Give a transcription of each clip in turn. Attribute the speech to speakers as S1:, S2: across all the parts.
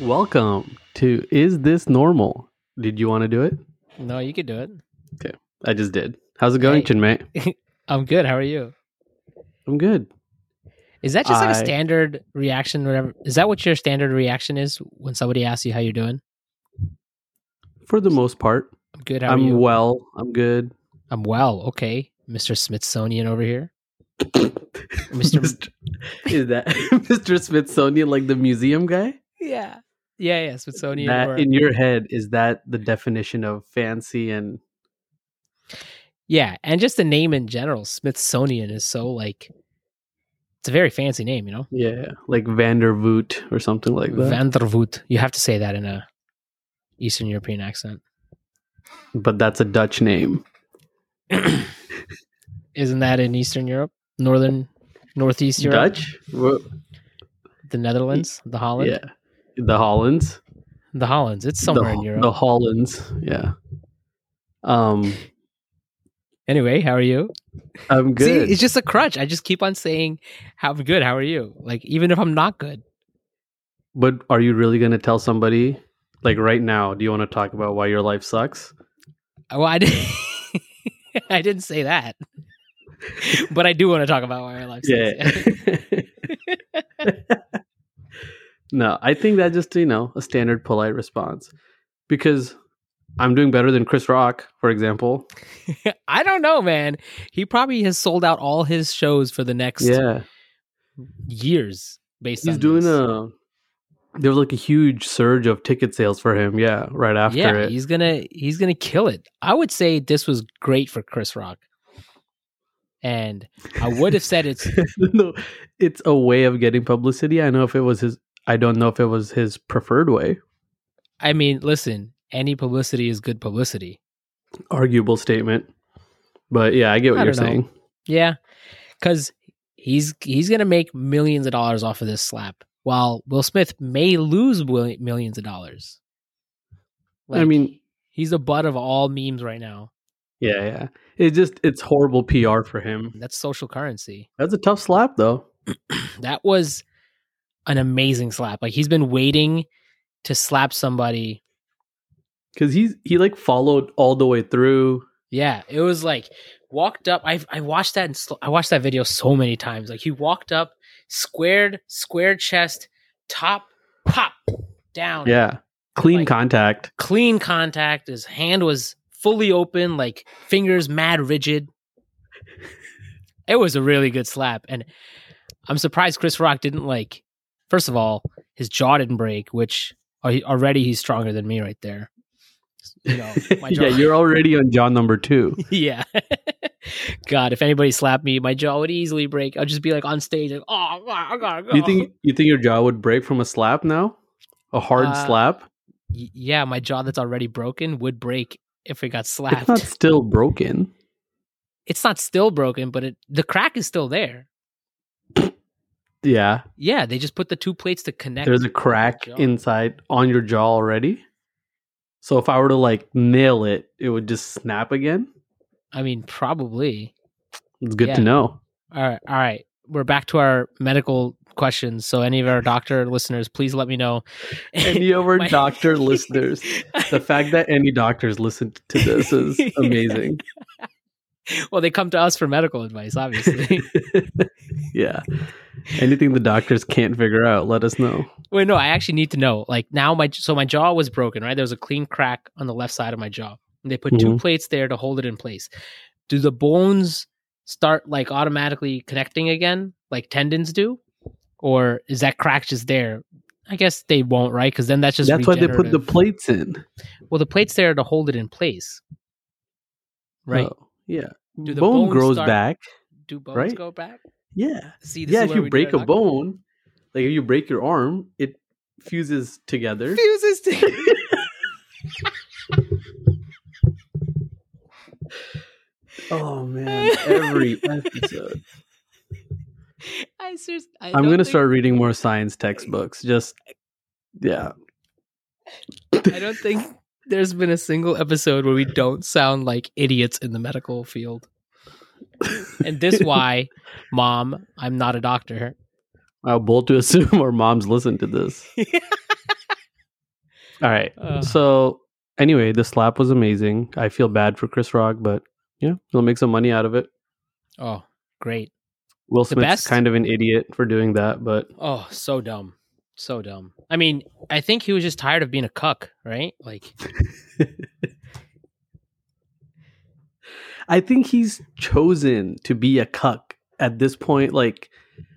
S1: Welcome to Is This Normal? Did you want to do it?
S2: No, you could do it.
S1: I just did. How's it going,
S2: Hey.
S1: Chinmay?
S2: I'm good. How are you?
S1: I'm good.
S2: Is that just like a
S1: I-
S2: standard reaction? Whatever. Is that what your standard reaction is when somebody asks you how you're doing?
S1: For the most part,
S2: I'm good. How are
S1: I'm
S2: you?
S1: well. I'm good.
S2: I'm well. Okay, Mr. Smithsonian over here. Mr.
S1: Is that Mr. Smithsonian, like the museum guy?
S2: yeah. Yeah, yeah, Smithsonian. or-
S1: That in your head is that the definition of fancy and
S2: yeah, and just the name in general, Smithsonian is so like, it's a very fancy name, you know.
S1: yeah, like Vandervoot or something like that.
S2: Vandervoet. You have to say that in a Eastern European accent.
S1: but that's a Dutch name.
S2: Isn't that in Eastern Europe, Northern, Northeast Europe,
S1: Dutch? Well,
S2: the Netherlands, the Holland,
S1: Yeah. The Hollands.
S2: the Hollands? It's somewhere
S1: the,
S2: in Europe.
S1: The Hollands, yeah. Um,
S2: Anyway, how are you?
S1: I'm good.
S2: See, it's just a crutch. I just keep on saying, "How I'm good? How are you?" Like even if I'm not good,
S1: but are you really going to tell somebody like right now? Do you want to talk about why your life sucks?
S2: well, I didn't. I didn't say that, but I do want to talk about why our life sucks.
S1: no, I think that just you know a standard polite response because I'm doing better than Chris Rock, for example.
S2: I don't know, man. He probably has sold out all his shows for the next
S1: Yeah,
S2: years. Based
S1: he's
S2: on
S1: doing uh,
S2: this.
S1: a. There was like a huge surge of ticket sales for him. Yeah, right after
S2: yeah.
S1: it.
S2: He's gonna he's gonna kill it. I would say this was great for Chris Rock, and I would have said it's
S1: no, it's a way of getting publicity. I know if it was his. I don't know if it was his preferred way.
S2: I mean, listen, any publicity is good publicity.
S1: Arguable statement, but yeah, I get what
S2: I
S1: you're
S2: don't know.
S1: saying.
S2: Yeah. Cause he's he's gonna make millions of dollars off of this slap, while Will Smith may lose mil- millions of dollars.
S1: I mean,
S2: he's the butt of all memes right now.
S1: yeah, yeah. It just it's horrible PR for him.
S2: That's social currency.
S1: That's a tough slap, though.
S2: That was an amazing slap. Like he's been waiting to slap somebody.
S1: because he's he like followed all the way through.
S2: Yeah, it was like walked up. I I watched that. In sl- I watched that video so many times. Like he walked up, squared, square chest, top, pop, down.
S1: Yeah, clean
S2: Oh, Like-
S1: contact.
S2: clean contact. His hand was fully open, like fingers mad rigid. It was a really good slap. And I'm surprised Chris Rock didn't like, first of all, his jaw didn't break, which al- already he's stronger than me right there. You know, my jaw.
S1: yeah, you're already on John number two.
S2: yeah. God, if anybody slapped me, my jaw would easily break. I'd just be like on stage, like, oh, God, I gotta go.
S1: You think you think your jaw would break from a slap now? A hard
S2: Uh,
S1: slap?
S2: Y- yeah, my jaw that's already broken would break if it got slapped.
S1: It's not still broken.
S2: it's not still broken, but it, the crack is still there.
S1: Yeah,
S2: Yeah, they just put the two plates to connect.
S1: there's a crack
S2: Jaw.
S1: inside on your jaw already. So if I were to like nail it, it would just snap again.
S2: I mean, probably.
S1: It's good to
S2: Yeah.
S1: know.
S2: All right, all right. We're back to our medical questions. So, any of our doctor listeners, please let me know.
S1: Any of our
S2: My-
S1: doctor listeners, the fact that any doctors listen to this is amazing.
S2: well, they come to us for medical advice, obviously.
S1: yeah. Anything the doctors can't figure out, let us know.
S2: Wait, no, I actually need to know. Like now, my so my jaw was broken. Right, there was a clean crack on the left side of my jaw. And they put
S1: Mm-hmm.
S2: two plates there to hold it in place. Do the bones start like automatically connecting again, like tendons do, or is that crack just there? I guess they won't, right? Because then that's just
S1: That's why they put the
S2: regenerative.
S1: plates in.
S2: well, the plates there to hold it in place, right?
S1: Oh, yeah.
S2: Do the
S1: bone
S2: bones
S1: grows
S2: start-
S1: back.
S2: Do bones
S1: right?
S2: go back?
S1: Yeah.
S2: See,
S1: Yeah,
S2: is
S1: if
S2: where
S1: you
S2: we do
S1: break
S2: our
S1: a
S2: doc-
S1: bone, like if you break your arm, it fuses together.
S2: fuses to.
S1: oh man, every episode.
S2: I seriously, I
S1: I'm
S2: don't
S1: going to
S2: think-
S1: start reading more science textbooks. Just yeah.
S2: I don't think there's been a single episode where we don't sound like idiots in the medical field. And this why, mom, I'm not a doctor.
S1: I'll bold to assume our moms listen to this. All right.
S2: Uh,
S1: So anyway, the slap was amazing. I feel bad for Chris Rock, but yeah, he'll make some money out of it.
S2: oh, great.
S1: Will
S2: The
S1: Smith's
S2: best?
S1: kind of an idiot for doing that, but
S2: Oh, so dumb. So dumb. I mean, I think he was just tired of being a cuck, right? Like,
S1: I think he's chosen to be a cuck at this point, like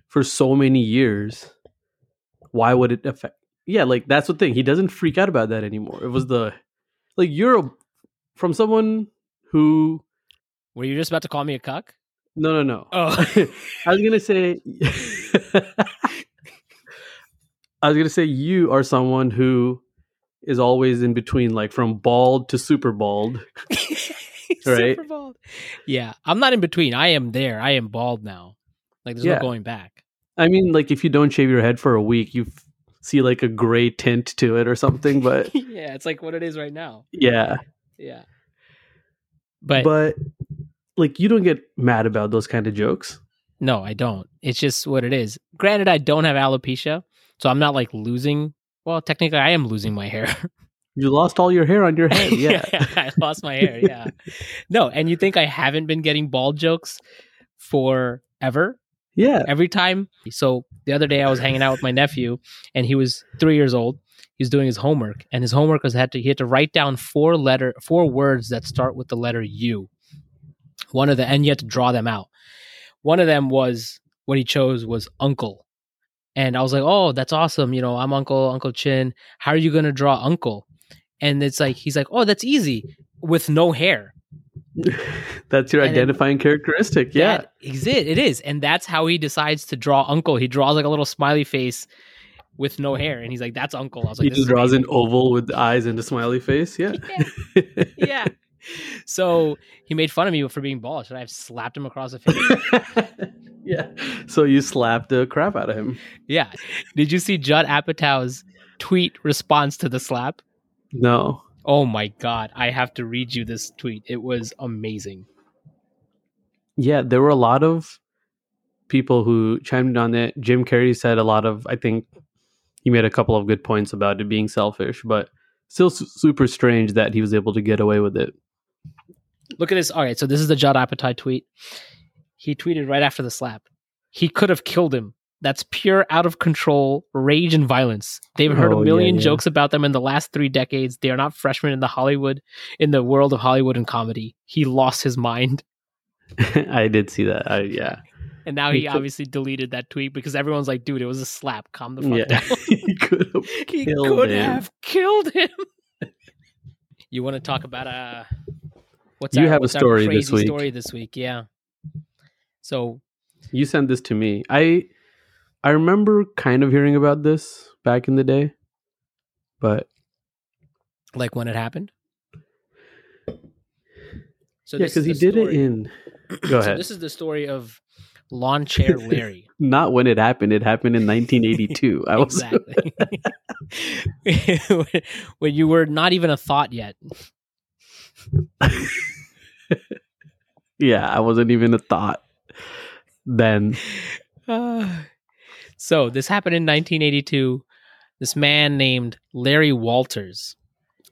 S1: for so many years. Why would it affect? Yeah, like that's the thing. He doesn't freak out about that anymore. It was the like you're a, from someone who
S2: were you just about to call me a cuck?
S1: no no no.
S2: Oh,
S1: I was gonna say I was gonna say you are someone who is always in between, like from bald to super bald. Right.
S2: Super bald. Yeah, I'm not in between. I am there. I am bald now. Like, there's
S1: Yeah.
S2: no going back.
S1: I mean, like if you don't shave your head for a week, you f- see like a gray tint to it or something. But
S2: yeah, it's like what it is right now.
S1: yeah,
S2: Yeah. But,
S1: but like you don't get mad about those kind of jokes.
S2: no, I don't. It's just what it is. Granted, I don't have alopecia, so I'm not like losing. Well, technically, I am losing my hair.
S1: You lost all your hair on your head. Yeah,
S2: I lost my hair. Yeah. no, and you think I haven't been getting bald jokes forever?
S1: yeah.
S2: Every time. So the other day I was hanging out with my nephew and he was three years old. He was doing his homework and his homework was had to he had to write down four letter four words that start with the letter U. One of the and you had to draw them out. One of them was what he chose was uncle. And I was like, "Oh, that's awesome! You know, I'm Uncle Uncle Chin. How are you gonna draw Uncle?" And it's like he's like, "Oh, that's easy with no hair."
S1: That's your
S2: And then-
S1: identifying characteristic. Yeah,
S2: That is it. It is, and that's how he decides to draw Uncle. He draws like a little smiley face with no hair, and he's like, "That's Uncle." I was like,
S1: he
S2: "This
S1: just
S2: is
S1: draws
S2: amazing."
S1: an oval with eyes and a smiley face. Yeah.
S2: yeah. So he made fun of me for being bald. Should I have slapped him across the face?
S1: yeah. So you slapped the crap out of him.
S2: yeah. Did you see Judd Apatow's tweet response to the slap?
S1: No.
S2: Oh my god, I have to read you this tweet. It was amazing.
S1: Yeah, there were a lot of people who chimed in on it. Jim Carrey said a lot of, I think he made a couple of good points about it being selfish, but still su- super strange that he was able to get away with it.
S2: Look at this. All right, so this is the Judd Apatow tweet. He tweeted right after the slap. He could have killed him. That's pure out of control rage and violence. They've heard
S1: Oh,
S2: a
S1: yeah,
S2: million
S1: yeah.
S2: jokes about them in the last three decades. They are not freshmen in the Hollywood, in the world of Hollywood and comedy. He lost his mind,
S1: I did see that. I, yeah.
S2: and now
S1: He
S2: he
S1: could-
S2: obviously deleted that tweet because everyone's like, "Dude, it was a slap. Calm the fuck
S1: Yeah.
S2: down."
S1: he could have.
S2: he
S1: Killed
S2: could
S1: him.
S2: have killed him. you want to talk about uh what's
S1: You
S2: our,
S1: have a
S2: what's our
S1: story
S2: crazy
S1: this week.
S2: Story this week, yeah. So
S1: You sent this to me. I I remember kind of hearing about this back in the day, but
S2: like when it happened. So
S1: yeah,
S2: this
S1: because
S2: is
S1: he
S2: the
S1: did it
S2: story-
S1: in. Go
S2: So
S1: ahead.
S2: this is the story of lawn chair Larry.
S1: Not when it happened. It happened in 1982. I was.
S2: exactly. when you were not even a thought yet.
S1: Yeah, I wasn't even a thought then.
S2: Ah. so this happened in 1982. This man named Larry Walters.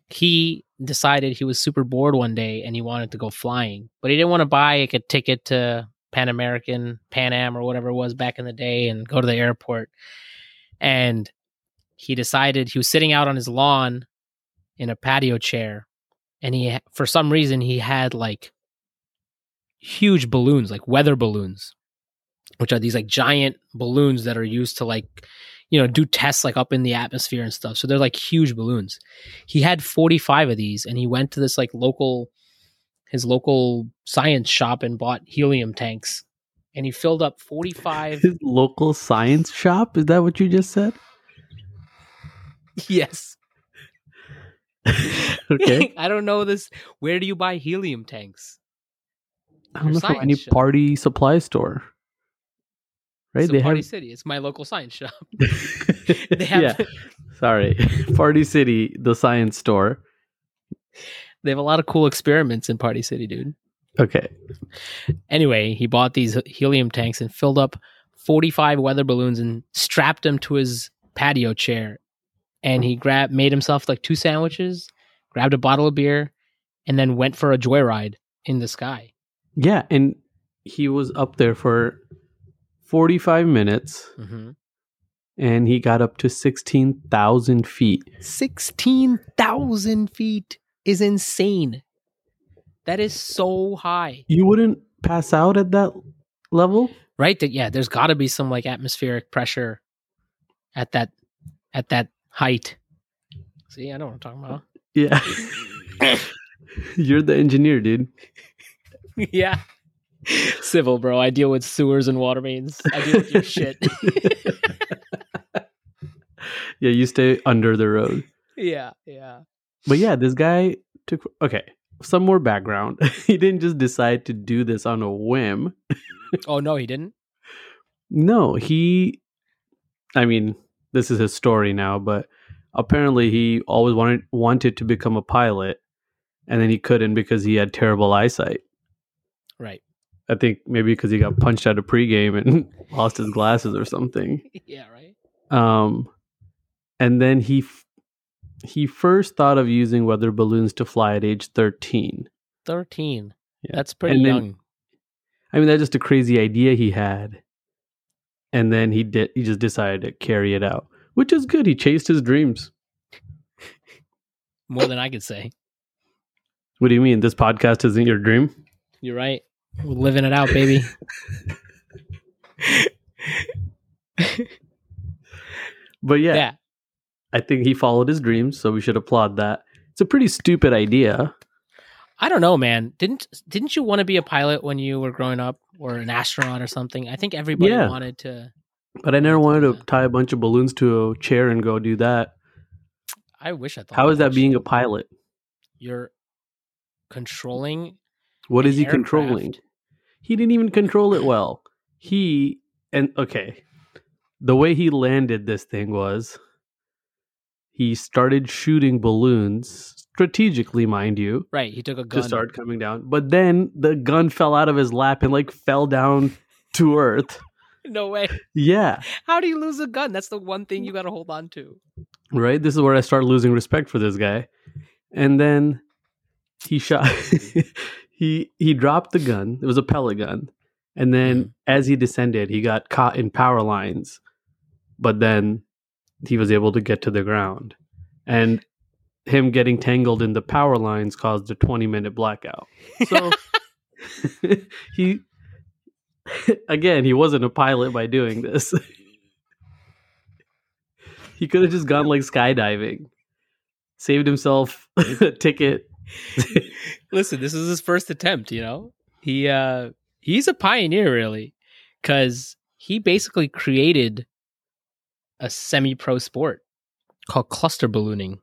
S2: He decided he was super bored one day and he wanted to go flying, but he didn't want to buy like a ticket to Pan American, Pan Am, or whatever it was back in the day and go to the airport. And he decided he was sitting out on his lawn in a patio chair, and he, for some reason, he had like huge balloons, like weather balloons, which are these like giant balloons that are used to like you know do tests like up in the atmosphere and stuff so they're like huge balloons he had 45 of these and he went to this like local his local science shop and bought helium tanks and he filled up 45
S1: His local science shop? Is that what you just said?
S2: yes
S1: Okay.
S2: i don't know this where do you buy helium tanks
S1: I don't know from
S2: Science
S1: any
S2: shop.
S1: party supply store. Right?
S2: it's a
S1: they
S2: party
S1: have.
S2: city it's my local science shop they have
S1: yeah. Sorry. Party City, the science store.
S2: they have a lot of cool experiments in party city dude
S1: Okay.
S2: Anyway, he bought these helium tanks and filled up 45 weather balloons and strapped them to his patio chair and he grabbed made himself like two sandwiches, grabbed a bottle of beer, and then went for a joyride in the sky.
S1: Yeah, and he was up there for 45 minutes
S2: Mm-hmm.
S1: and he got up to 16,000 feet.
S2: Sixteen thousand feet is insane. That is so high,
S1: You wouldn't pass out at that level?
S2: right? That yeah, there's got to be some like atmospheric pressure at that at that height. See, I know what I'm talking about.
S1: Yeah. You're the engineer, dude.
S2: yeah. Civil, bro. I deal with sewers and water mains. I deal with your shit.
S1: Yeah, you stay under the road.
S2: yeah, yeah.
S1: But yeah, this guy took okay. Some more background. he didn't just decide to do this on a whim.
S2: Oh no, he didn't.
S1: No, he I mean, this is his story now, but apparently he always wanted wanted to become a pilot and then he couldn't because he had terrible eyesight.
S2: Right.
S1: I think maybe because he got punched out of pregame and lost his glasses or something.
S2: Yeah, right.
S1: Um, and then he f- he first thought of using weather balloons to fly at age thirteen.
S2: Thirteen.
S1: Yeah.
S2: That's pretty
S1: And then-
S2: young.
S1: I mean, that's just a crazy idea he had. And then he did. He just decided to carry it out, which is good. He chased his dreams.
S2: More than I could say.
S1: What do you mean? This podcast isn't your dream?
S2: You're right. We're living it out, baby.
S1: But yeah,
S2: yeah.
S1: I think he followed his dreams, so we should applaud that. It's a pretty stupid idea.
S2: I don't know, man. Didn't didn't you want to be a pilot when you were growing up or an astronaut or something? I think everybody
S1: Yeah.
S2: wanted to
S1: But I never wanted to tie a bunch of balloons to a chair and go do that.
S2: I wish I thought
S1: How is that
S2: shit.
S1: being a pilot?
S2: you're controlling
S1: What is he
S2: aircraft.
S1: controlling? He didn't even control it well. He and okay, the way he landed this thing was he started shooting balloons strategically, mind you,
S2: Right, he took a gun.
S1: to start coming down. But then the gun fell out of his lap and like fell down to earth.
S2: No way.
S1: Yeah,
S2: How do you lose a gun? That's the one thing you got to hold on to.
S1: right. This is where I start losing respect for this guy. And then he shot. he he dropped the gun. It was a pellet gun. And then
S2: Mhm.
S1: as he descended, he got caught in power lines. But then he was able to get to the ground. And him getting tangled in the power lines caused a 20 minute blackout. So he again, he wasn't a pilot by doing this. he could have just gone like skydiving. Saved himself a ticket.
S2: Listen, this is his first attempt, you know? He uh he's a pioneer really cuz he basically created a semi-pro sport called cluster ballooning.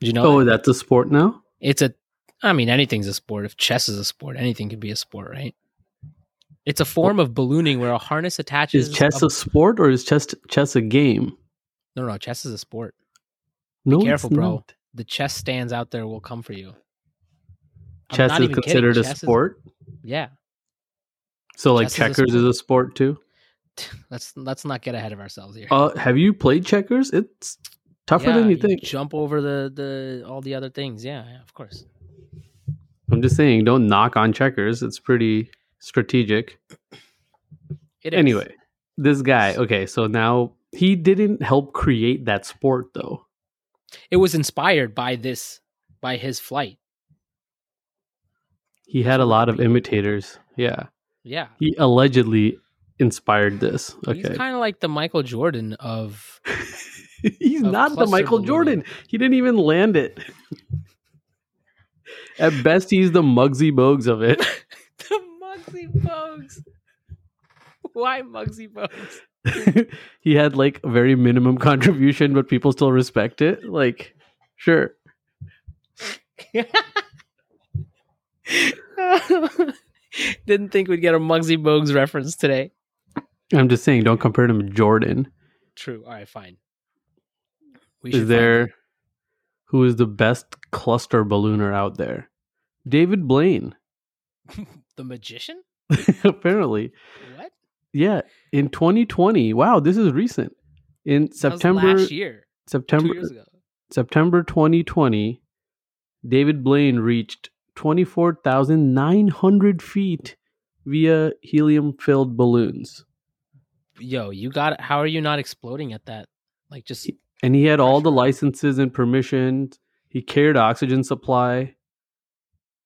S2: Did you know?
S1: Oh,
S2: that?
S1: that's a sport now?
S2: It's a I mean, anything's a sport. If chess is a sport, anything can be a sport, right? It's a form of ballooning where a harness attaches
S1: Is chess
S2: a,
S1: a sport or is chess chess a game?
S2: No, no, chess is a sport.
S1: No, it's
S2: Careful, bro.
S1: not.
S2: The chess stands out there will come for you. I'm
S1: Chess
S2: not
S1: is
S2: even kidding.
S1: considered a
S2: Chess is-
S1: sport.
S2: yeah.
S1: So, like
S2: Chess is a
S1: checkers is a
S2: sport.
S1: sport too.
S2: Let's let's not get ahead of ourselves here.
S1: Uh, have you played checkers? It's tougher
S2: Yeah,
S1: than you think.
S2: Jump over the the all the other things. Yeah, yeah, of course.
S1: I'm just saying, don't knock on checkers. It's pretty strategic.
S2: It is.
S1: Anyway, this guy. Okay, so now he didn't help create that sport though.
S2: it was inspired by this by his flight.
S1: He had a lot of imitators. Yeah,
S2: Yeah.
S1: he allegedly inspired this.
S2: He's
S1: Okay,
S2: kind of like the Michael Jordan of
S1: He's
S2: of
S1: not the
S2: cluster
S1: Michael
S2: ballooning.
S1: Jordan. He didn't even land it. At best, he's the Muggsy Bogues of it.
S2: the Muggsy Bogues. Why Muggsy Bogues?
S1: he had like a very minimum contribution, but people still respect it. Like, sure.
S2: Didn't think we'd get a Muggsy Bogues reference today.
S1: I'm just saying, don't compare him to Jordan.
S2: True. All right, fine. We
S1: Is
S2: find
S1: there
S2: out.
S1: who is the best cluster ballooner out there? David Blaine,
S2: the magician?
S1: apparently.
S2: What?
S1: Yeah, in 2020. Wow, this is recent. In
S2: That was
S1: September
S2: last year. two
S1: September
S2: years ago.
S1: September 2020, David Blaine reached 24,900 feet via helium-filled balloons,
S2: Yo, you got. How are you not exploding at that? Like just
S1: and he had all the
S2: Pressure.
S1: licenses and permissions. He carried oxygen supply.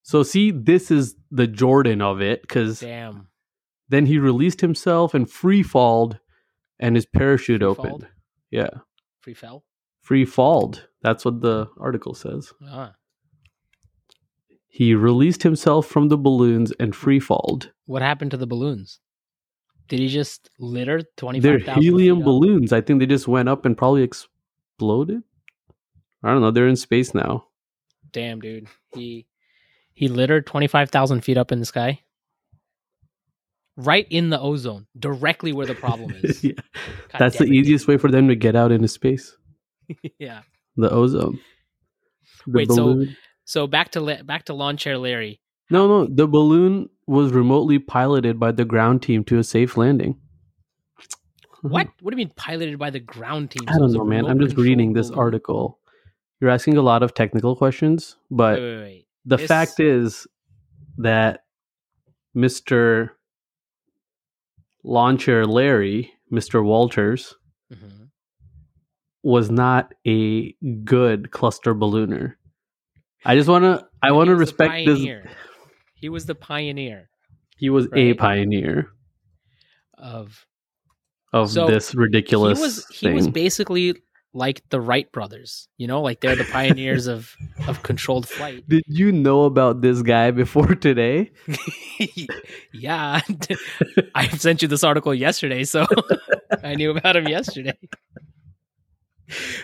S1: So see, this is the Jordan of it because
S2: damn.
S1: then he released himself and free-falled, and his parachute
S2: Free-falled?
S1: opened. Yeah,
S2: Free fell.
S1: free-falled. That's what the article says.
S2: Ah.
S1: He released himself from the balloons and free-falled.
S2: What happened to the balloons? Did he just litter twenty
S1: They're
S2: five thousand?
S1: helium balloons. I think they just went up and probably exploded. I don't know. They're in space now.
S2: Damn, dude. He he littered twenty five thousand feet up in the sky. Right in the ozone, directly where the problem is.
S1: yeah.
S2: God
S1: That's the
S2: damn it, dude.
S1: easiest way for them to get out into space.
S2: yeah.
S1: The ozone. The
S2: Wait, so-
S1: balloon-
S2: So back to la- back to lawn chair Larry.
S1: no, no. The balloon was remotely piloted by the ground team to a safe landing.
S2: What? What do you mean piloted by the ground team?
S1: Mm-hmm. I
S2: So it
S1: don't
S2: was a
S1: know, man. I'm
S2: remote
S1: just reading this
S2: control balloon.
S1: article. You're asking a lot of technical questions, but
S2: Wait, wait, wait.
S1: the
S2: Uh, This-
S1: fact is that Mr. Launcher Larry, Mr. Walters,
S2: Mhm.
S1: was not a good cluster ballooner. I just want to I
S2: He
S1: want to
S2: was the
S1: respect this
S2: pioneer. He was the pioneer
S1: he was a
S2: Right.
S1: pioneer
S2: of
S1: of
S2: So,
S1: this ridiculous
S2: He was he
S1: thing.
S2: was basically like the Wright brothers, you know, like they're the pioneers of of controlled flight.
S1: Did you know about this guy before today?
S2: yeah, I sent you this article yesterday, so I knew about him yesterday.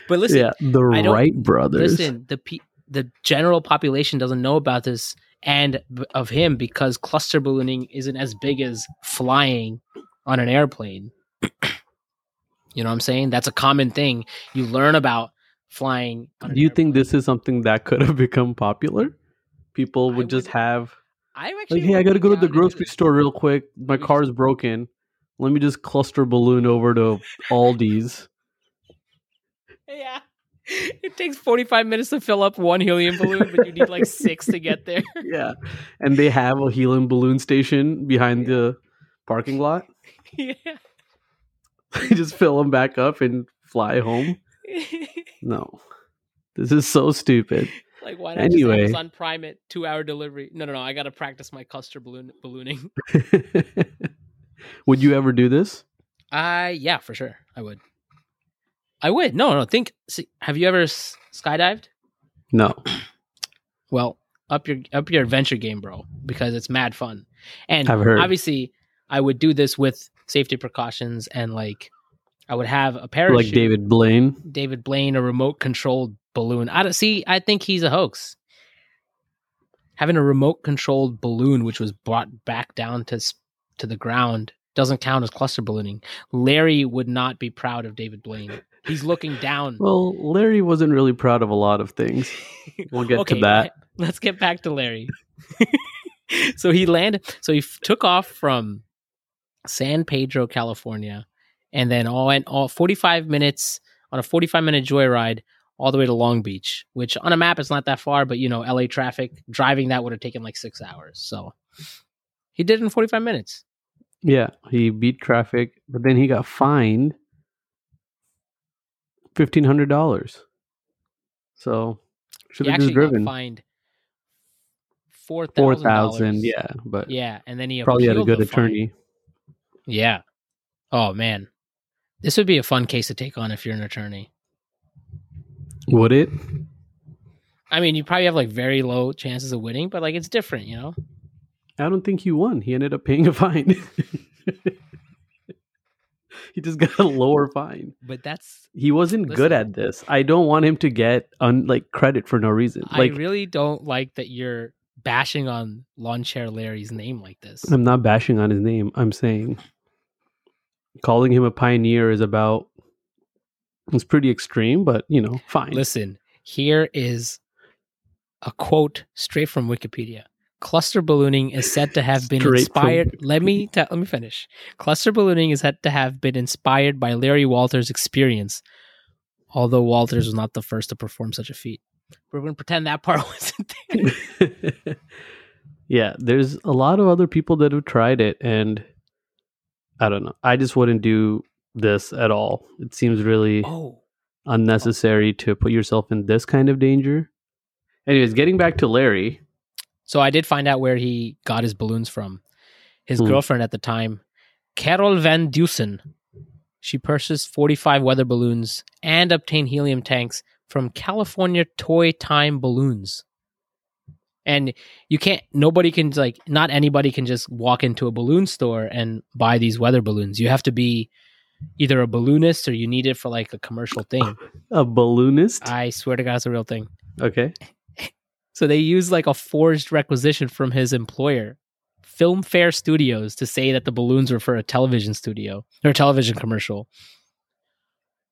S2: But listen,
S1: yeah, the
S2: I don't-
S1: Wright brothers.
S2: listen, the pe- the general population doesn't know about this and b- of him because cluster ballooning isn't as big as flying on an airplane. you know what I'm saying? That's a common thing you learn about flying. on an
S1: Do you think
S2: airplane.
S1: this is something that could have become popular? People
S2: I
S1: would just
S2: would-
S1: have
S2: I'm actually
S1: like, hey, I
S2: would
S1: gotta
S2: be
S1: go to
S2: down
S1: the
S2: do
S1: grocery
S2: this.
S1: store real quick. My
S2: We just-
S1: car's broken. Let me just cluster balloon over to Aldi's.
S2: Yeah. It takes 45 minutes to fill up one helium balloon, but you need like six to get there.
S1: yeah, and they have a helium balloon station behind
S2: Yeah.
S1: the parking lot.
S2: yeah.
S1: They just fill them back up and fly home. No, this is so stupid.
S2: like, why not anyway.
S1: Anyway.
S2: just Amazon Prime it, two hour delivery? No, no, no. I got to practice my cluster balloon ballooning.
S1: would you ever do this?
S2: Uh, yeah, for sure. I would. I would. No, no. Think, see, have you ever s- skydived?
S1: No.
S2: Well, up your up your adventure game, bro, because it's mad fun. And
S1: I've heard.
S2: obviously, I would do this with safety precautions and like I would have a parachute.
S1: Like David Blaine.
S2: David Blaine a remote controlled balloon. I don't see. I think he's a hoax. Having a remote controlled balloon, which was brought back down to s- to the ground, doesn't count as cluster ballooning. Larry would not be proud of David Blaine. He's looking down.
S1: Well, Larry wasn't really proud of a lot of things. We'll get to that.
S2: Let's get back to Larry. so he landed. So he f- took off from San Pedro, California, and then all and all 45 minutes on a 45 minute joyride all the way to Long Beach, which on a map it's not that far, but you know LA traffic driving that would have taken like six hours. So he did it in 45 minutes.
S1: Yeah, he beat traffic, but then he got fined fifteen hundred dollars. So should
S2: he
S1: have just
S2: actually
S1: driven
S2: got fined four
S1: four
S2: thousand
S1: thousand. Yeah, but
S2: yeah, and then he
S1: probably had a
S2: appealed the
S1: good
S2: fine.
S1: attorney.
S2: Yeah. Oh man. This would be a fun case to take on if you're an attorney.
S1: Would it?
S2: I mean, you probably have like very low chances of winning, but like it's different, you know?
S1: I don't think he won. He ended up paying a fine. he just got a lower fine.
S2: But that's
S1: He wasn't
S2: Listen.
S1: good at this. I don't want him to get un, like credit for no reason. Like
S2: I really don't like that you're bashing on lawn chair Larry's name like this.
S1: I'm not bashing on his name. I'm saying calling him a pioneer is about it's pretty extreme, but you know, fine.
S2: Listen, here is a quote straight from Wikipedia. Cluster ballooning is said to have been
S1: Straight from
S2: inspired. Let me ta- let me finish. Cluster ballooning is said to have been inspired by Larry Walters' experience although Walters was not the first to perform such a feat. We're going to pretend that part wasn't there.
S1: yeah, there's a lot of other people that have tried it, and I don't know. I just wouldn't do this at all. It seems really
S2: oh,
S1: unnecessary to put yourself in this kind of danger. Anyways, getting back to Larry,
S2: so I did find out where he got his balloons from. His
S1: Hmm.
S2: girlfriend at the time, Carol Van Dusen, she purchased 45 weather balloons and obtained helium tanks from California Toy Time Balloons. And you can't, nobody can, like, not anybody can just walk into a balloon store and buy these weather balloons. You have to be either a balloonist or you need it for like a commercial thing.
S1: a balloonist.
S2: I swear to God, it's a real thing.
S1: okay.
S2: So they used like a forged requisition from his employer, Filmfare Studios, to say that the balloons were for a television studio or a television commercial.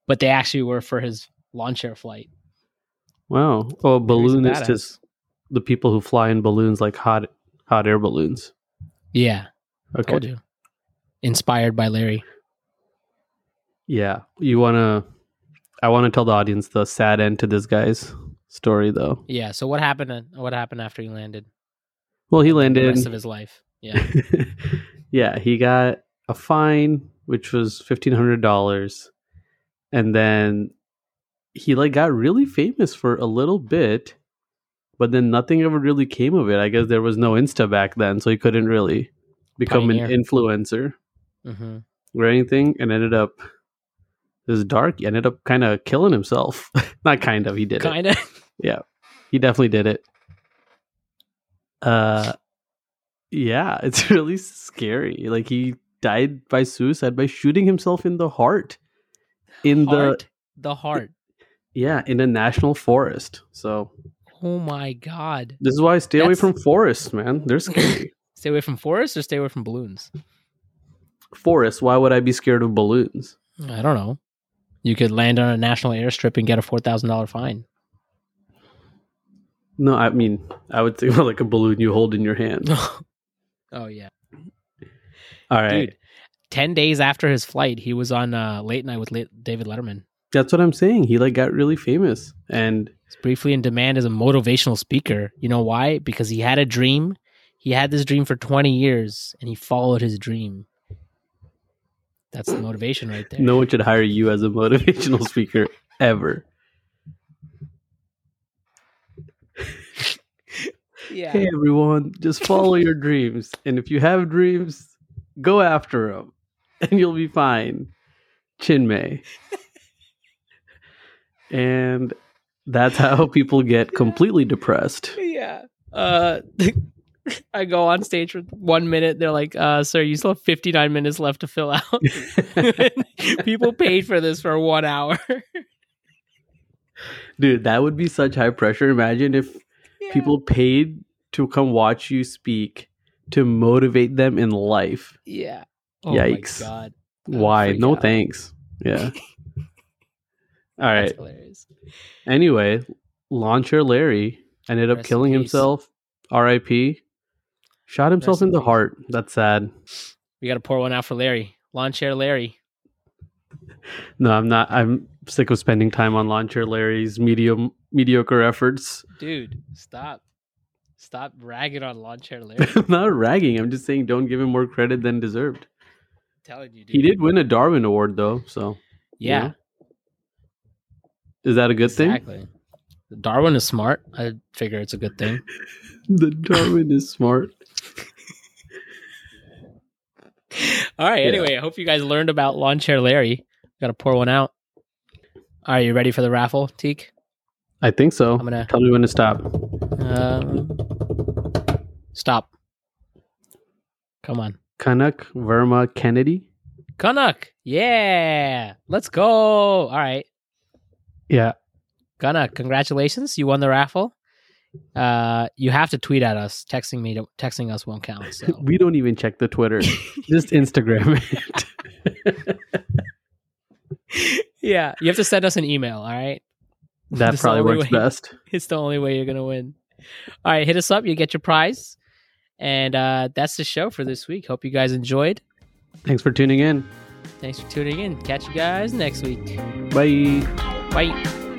S2: But they actually were for his lawn chair flight.
S1: Wow. Oh, a
S2: Larry's a
S1: balloonist
S2: badass.
S1: is the people who fly in balloons like hot hot air balloons.
S2: Yeah,
S1: Okay.
S2: told you. Inspired by Larry.
S1: Yeah. You want to I want to tell the audience the sad end to this guy's story though.
S2: Yeah. So what happened? What happened after he landed?
S1: Well, he
S2: The
S1: landed
S2: rest of his life. Yeah.
S1: yeah, he got a fine, which was fifteen hundred dollars, and then he like got really famous for a little bit, but then nothing ever really came of it. I guess there was no Insta back then, so he couldn't really become
S2: Pioneer.
S1: an influencer
S2: hmm
S1: or anything, and ended up this is dark. He ended up kind of killing himself. Not kind of, he did. it
S2: Kind of.
S1: he definitely did it. Uh, yeah, it's really scary. Like he died by suicide by shooting himself in the heart, in
S2: Heart. The heart.
S1: the yeah, in a national forest. So
S2: Oh my God.
S1: this is why I stay away
S2: That's-
S1: from forests, man. They're scary.
S2: Stay away from forests or stay away from balloons?
S1: forests. Why would I be scared of balloons?
S2: I don't know. You could land on a national airstrip and get a $4,000 fine.
S1: No, I mean I would think of like a balloon you hold in your hand.
S2: oh yeah,
S1: All right,
S2: dude. Ten days after his flight, he was on uh, Late Night with late David Letterman.
S1: that's what I'm saying. He like got really famous, and
S2: He's briefly in demand as a motivational speaker. You know why? Because he had a dream. He had this dream for twenty years, and he followed his dream. That's the motivation right there.
S1: no one should hire you as a motivational speaker ever.
S2: yeah.
S1: hey everyone just follow your dreams and if you have dreams go after them and you'll be fine chinmay and that's how people get completely depressed
S2: Yeah. Uh, I go on stage for one minute. They're like, uh, "Sir, you still have fifty nine minutes left to fill out." People paid for this for one hour.
S1: dude that would be such high pressure imagine if people paid to come watch you speak to motivate them in life
S2: Yeah.
S1: Yikes.
S2: Oh My God. I'd
S1: why
S2: Oh, freak
S1: no
S2: out.
S1: thanks yeah all
S2: That's
S1: right
S2: hilarious.
S1: Anyway, Launcher Larry ended up
S2: Rest in
S1: killing
S2: peace.
S1: himself. R.I.P. Shot himself
S2: Rest in
S1: in the
S2: peace.
S1: heart. That's sad.
S2: We got to pour one out for Larry. Lawn chair Larry.
S1: No, I'm not. I'm sick of spending time on Launcher Larry's medium mediocre efforts.
S2: Dude, stop. Stop ragging on lawn chair Larry.
S1: I'm
S2: I'm
S1: not ragging. I'm just saying, don't give him more credit than deserved.
S2: telling you, dude.
S1: He did win a Darwin Award, though. So you
S2: Yeah,
S1: know? is that a good
S2: exactly. Darwin is smart. I figure it's a good thing.
S1: thing? The Darwin is smart.
S2: All right.
S1: Yeah.
S2: Anyway, I hope you guys learned about lawn chair Larry. Got to pour one out. All right, you ready for the raffle, Teak?
S1: I think so.
S2: I'm gonna
S1: Tell me when to stop.
S2: um, stop. Come on.
S1: Kanak Verma Kennedy.
S2: Canuck. Yeah. Let's go. All right.
S1: Yeah.
S2: Canuck, congratulations. You won the raffle. Uh, you have to tweet at us. Texting me, texting us won't count. So
S1: We don't even check the Twitter, just Instagram it.
S2: yeah, you have to send us an email. All right.
S1: That
S2: That's the
S1: probably
S2: only
S1: works
S2: way.
S1: best.
S2: It's the only way you're gonna win. All right, hit us up. You get your prize. And uh, that's the show for this week. Hope you guys enjoyed.
S1: Thanks for tuning in.
S2: Thanks for tuning in. Catch you guys next week.
S1: Bye.
S2: Bye.